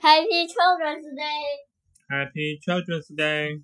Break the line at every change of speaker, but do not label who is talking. Happy Children's Day!
Happy Children's Day.